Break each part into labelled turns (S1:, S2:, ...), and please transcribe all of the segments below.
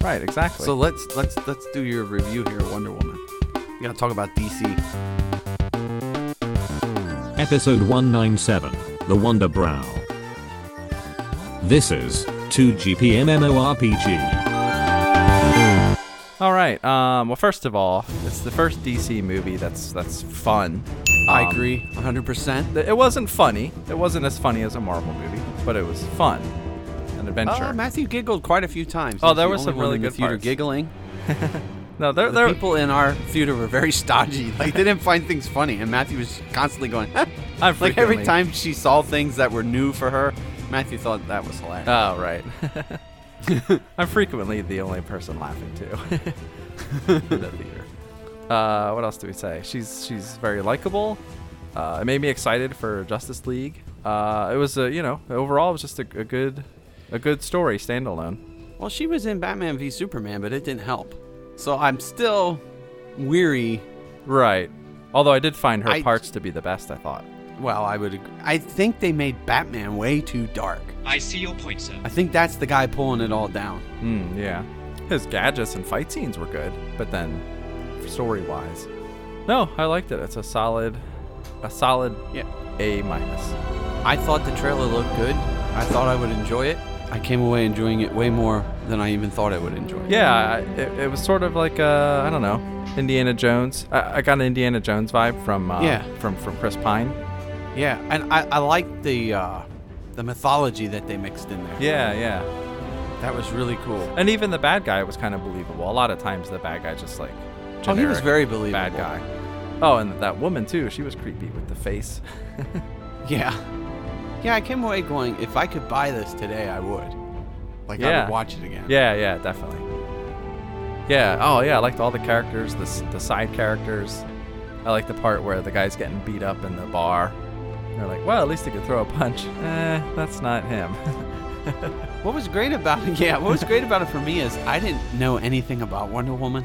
S1: Right, exactly.
S2: So let's let's let's do your review here, Wonder Woman. You gotta talk about DC.
S3: Episode 197 The Wonder Brow. This is 2GPMMORPG.
S1: all right. Um, well, first of all, it's the first DC movie that's that's fun. Um,
S2: 100%.
S1: th- It wasn't funny. It wasn't as funny as a Marvel movie, but it was fun, an adventure.
S2: Uh, Matthew giggled quite a few times.
S1: Oh,
S2: He's
S1: there
S2: the
S1: was
S2: only
S1: some
S2: one
S1: really
S2: in the
S1: good
S2: theater
S1: parts.
S2: giggling.
S1: no, there
S2: The
S1: there
S2: people in our theater were very stodgy. Like they didn't find things funny, and Matthew was constantly going.
S1: I'm
S2: like every
S1: frequently-
S2: time she saw things that were new for her, Matthew thought that was hilarious.
S1: Oh, right. I'm frequently the only person laughing too. in the theater. Uh, what else do we say? She's she's very likable. Uh, it made me excited for Justice League. Uh, it was a you know overall it was just a, a good a good story standalone.
S2: Well, she was in Batman v Superman, but it didn't help. So I'm still weary.
S1: Right. Although I did find her
S2: I-
S1: parts to be the best. I thought.
S2: Well, I would. Agree. I think they made Batman way too dark.
S4: I see your point, sir.
S2: I think that's the guy pulling it all down.
S1: Mm, yeah. His gadgets and fight scenes were good, but then story wise, no, I liked it. It's a solid a solid
S2: Yeah.
S1: A minus.
S2: I thought the trailer looked good. I thought I would enjoy it. I came away enjoying it way more than I even thought I would enjoy. it.
S1: Yeah, I- it, it was sort of like uh, I don't know, Indiana Jones. I, I got an Indiana Jones vibe from uh,
S2: Yeah.
S1: from from Chris Pine.
S2: Yeah, and I, I like the uh, the mythology that they mixed in there.
S1: Yeah, yeah.
S2: that was really cool.
S1: And even the bad guy was kind of believable. A lot of times the bad guy just like
S2: Oh, he was
S1: generic
S2: very believable.
S1: bad guy. Oh, and that woman too. She was creepy with the face.
S2: Yeah, yeah. I came away going, if I could buy this today, I would. Like I
S1: Yeah.
S2: would watch it again.
S1: Yeah, yeah, definitely. Yeah. Oh, yeah. I liked all the characters, the s- the side characters. I like the part where the guy's getting beat up in the bar. They're like, well, at least he could throw a punch. Eh, that's not him.
S2: What was great about it? Yeah, what was great about it for me is I didn't know anything about Wonder Woman.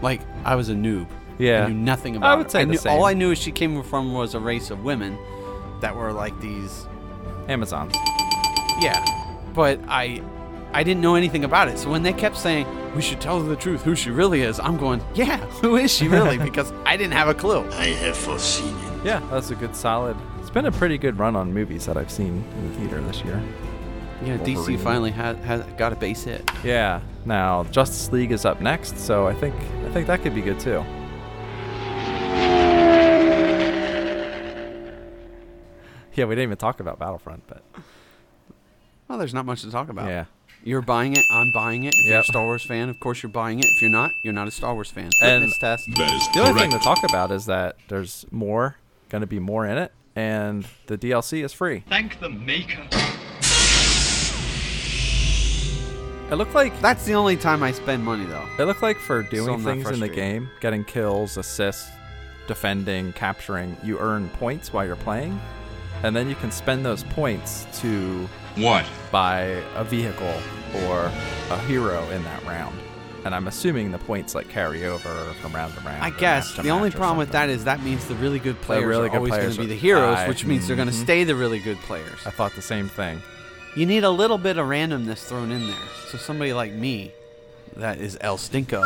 S2: Like I was a noob.
S1: Yeah.
S2: I knew nothing about.
S1: would
S2: her.
S1: say the
S2: knew,
S1: same.
S2: all I knew is she came from was a race of women that were like these.
S1: Amazon.
S2: Yeah, but I, I didn't know anything about it. So when they kept saying we should tell her the truth, who she really is, I'm going, yeah, who is she really? because I didn't have a clue.
S5: I have foreseen it.
S1: Yeah, that's a good solid. It's been a pretty good run on movies that I've seen in the theater this year.
S2: Yeah,
S1: Wolverine.
S2: DC finally had, had got a base hit.
S1: Yeah. Now Justice League is up next, so I think I think that could be good too. Yeah, we didn't even talk about Battlefront, but
S2: Well, there's not much to talk about.
S1: yeah.
S2: You're buying it. I'm buying it. If you're a
S1: Yep.
S2: Star Wars fan, of course you're buying it. If you're not, you're not a Star Wars fan.
S1: And-
S2: Litmus test.
S1: The only thing to talk about is that there's more, going to be more in it, and the DLC is free.
S4: Thank the maker.
S1: It looked like
S2: That's the only time I spend money though.
S1: It looked like for
S2: So
S1: doing
S2: I'm not
S1: things in the
S2: frustrated.
S1: game, getting kills, assists, defending, capturing, you earn points while you're playing, and then you can spend those points to
S5: What?
S1: buy a vehicle or a hero in that round. And I'm assuming the points like carry over from round to round.
S2: I
S1: or
S2: guess
S1: match to
S2: the only
S1: match or
S2: problem with
S1: something.
S2: that is that means the really good players
S1: really
S2: are
S1: good
S2: always going
S1: players
S2: to be
S1: are-
S2: the heroes,
S1: I-
S2: which means they're going to
S1: mhm.
S2: stay the really good players.
S1: I thought the same thing.
S2: You need a little bit of randomness thrown in there. So somebody like me, that is El Stinko,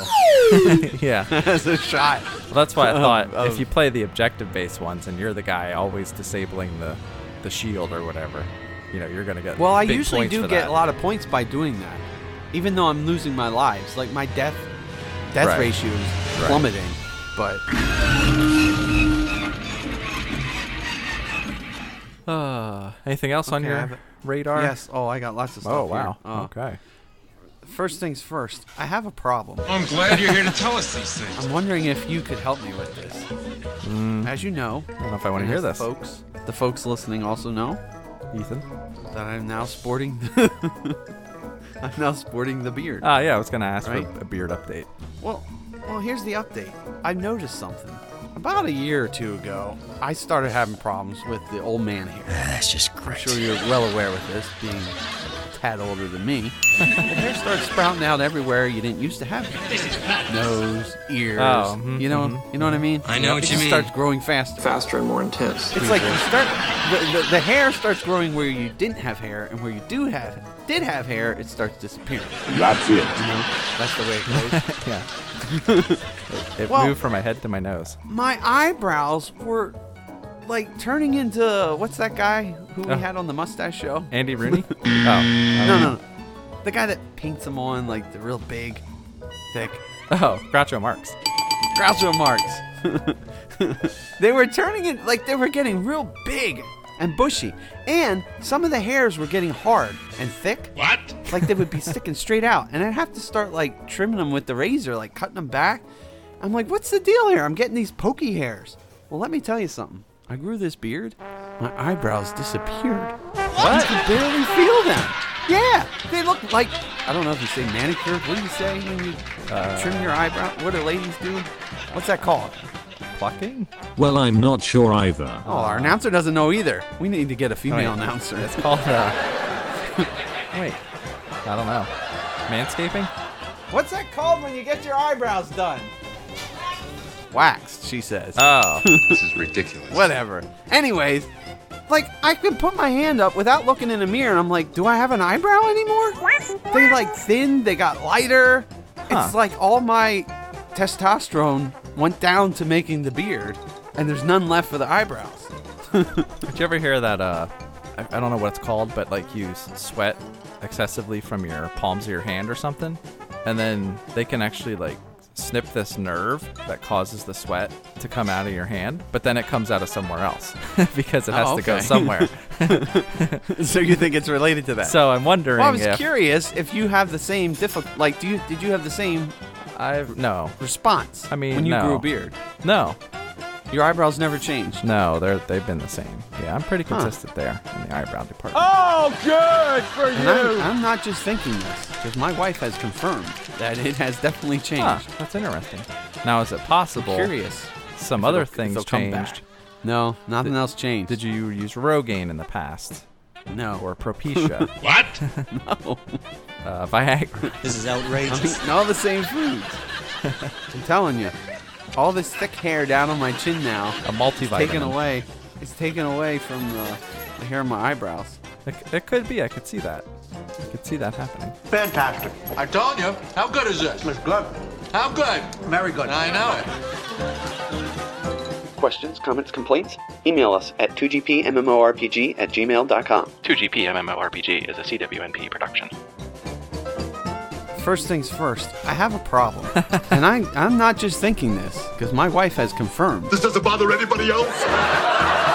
S1: yeah.
S2: has a shot.
S1: Well, that's why I thought
S2: um,
S1: if you play the objective based ones and you're the guy always disabling the, the shield or whatever, you know, you're going to get.
S2: Well, I
S1: big
S2: usually
S1: points
S2: do
S1: for
S2: get
S1: that.
S2: a lot of points by doing that, even though I'm losing my lives. Like my death death
S1: Right.
S2: ratio is
S1: Right.
S2: plummeting. But
S1: Uh, anything else on
S2: Okay, I
S1: your
S2: have a-
S1: radar?
S2: yes, oh, I got lots of stuff.
S1: Oh
S2: here.
S1: wow.
S2: Uh,
S1: okay.
S2: First things first, I have a problem.
S5: I'm glad you're here to tell us these things.
S2: I'm wondering if you could help me with this. As you know,
S1: Mm. I don't know if I want to hear
S2: as the
S1: this.
S2: folks. The folks listening also know
S1: Ethan.
S2: that I'm now sporting. The I'm now sporting the beard.
S1: Ah, yeah. I was gonna ask
S2: Right.
S1: for a beard update.
S2: Well, well, here's the update. I've noticed something. About a year or two ago, I started having problems with the old man here.
S5: Ah, That's just great.
S2: I'm sure you're well aware with this, being tad older than me. The hair starts sprouting out everywhere you didn't used to have. it.
S4: This is madness.
S2: Nose, ears.
S1: Oh, mhm,
S2: you know, you know what I mean.
S5: I know
S2: it
S5: what you
S2: just
S5: mean.
S2: starts growing faster.
S6: faster and more intense.
S2: It's like you start the, the, the hair starts growing where you didn't have hair, and where you do have did have hair, it starts disappearing.
S7: That's it.
S2: You know, that's the way it goes.
S1: Yeah. it
S2: Well-
S1: moved from my head to my nose.
S2: My eyebrows were like turning into what's that guy who we
S1: Oh.
S2: had on the mustache show?
S1: Andy Rooney? oh.
S2: No, no, no, the guy that paints them on like the real big, thick.
S1: Oh, Groucho Marx.
S2: Groucho Marx. they were turning it like they were getting real big and bushy, and some of the hairs were getting hard and thick.
S4: What?
S2: Like they would be sticking straight out, and I'd have to start like trimming them with the razor, like cutting them back. I'm like, what's the deal here? I'm getting these pokey hairs. Well, let me tell you something. I grew this beard. My eyebrows disappeared. What? I could barely feel them. Yeah, they look like I don't know if you say manicure. What do you say when you trim your eyebrow? What do ladies do? What's that called?
S1: Plucking?
S3: Well, I'm not sure either.
S2: Oh, our announcer doesn't know either. We need to get a female
S1: Right.
S2: announcer.
S1: It's called, uh... Wait. I don't know. Manscaping?
S2: What's that called when you get your eyebrows done? Waxed, she says.
S1: Oh.
S8: This is ridiculous.
S2: Whatever. Anyways, like I could put my hand up without looking in a mirror, and I'm like, do I have an eyebrow anymore? They like thinned. They got lighter. It's like all my testosterone went down to making the beard, and there's none left for the eyebrows.
S1: Did you ever hear that, uh... I, I don't know what it's called, but, like, you s- sweat excessively from your palms of your hand or something, and then they can actually, like, snip this nerve that causes the sweat to come out of your hand, but then it comes out of somewhere else because it has
S2: Oh,
S1: to go
S2: okay.
S1: somewhere.
S2: so you think it's related to that?
S1: so I'm wondering
S2: Well, I was
S1: if
S2: curious if you have the same difficult. Like, do you did you have the same
S1: I've no,
S2: response?
S1: I mean,
S2: when you
S1: no.
S2: grew a beard,
S1: no,
S2: your eyebrows never changed.
S1: no. They're they've been the same. Yeah, I'm pretty consistent there in the eyebrow department.
S2: Ah! And I'm, I'm not just thinking this because my wife has confirmed that it has definitely changed.
S1: Huh, that's interesting. Now, is it possible?
S2: Curious.
S1: Some other
S2: It'll-
S1: things
S2: it'll come back.
S1: changed.
S2: No, nothing else changed.
S1: Did you use Rogaine in the past
S2: No.
S1: or Propecia,
S4: What?
S1: uh, Viagra?
S9: This is
S2: I'm
S9: outrageous.
S2: eating all the same foods. I'm telling you, all this thick hair down on my chin now,
S1: A
S2: it's
S1: multivitamin.
S2: taken away. It's taken away from the, the hair in my eyebrows.
S1: It, it could be. I could see that. I could see that happening.
S10: Fantastic. I told you. How good is this? It's good. How good? Very good. I know it.
S11: Questions, comments, complaints? Email us at 2gpmmorpg at gmail.com.
S9: 2GP MMORPG is a CWNP production.
S2: First things first, I have a problem, and I I'm not just thinking this because my wife has confirmed.
S7: This doesn't bother anybody else.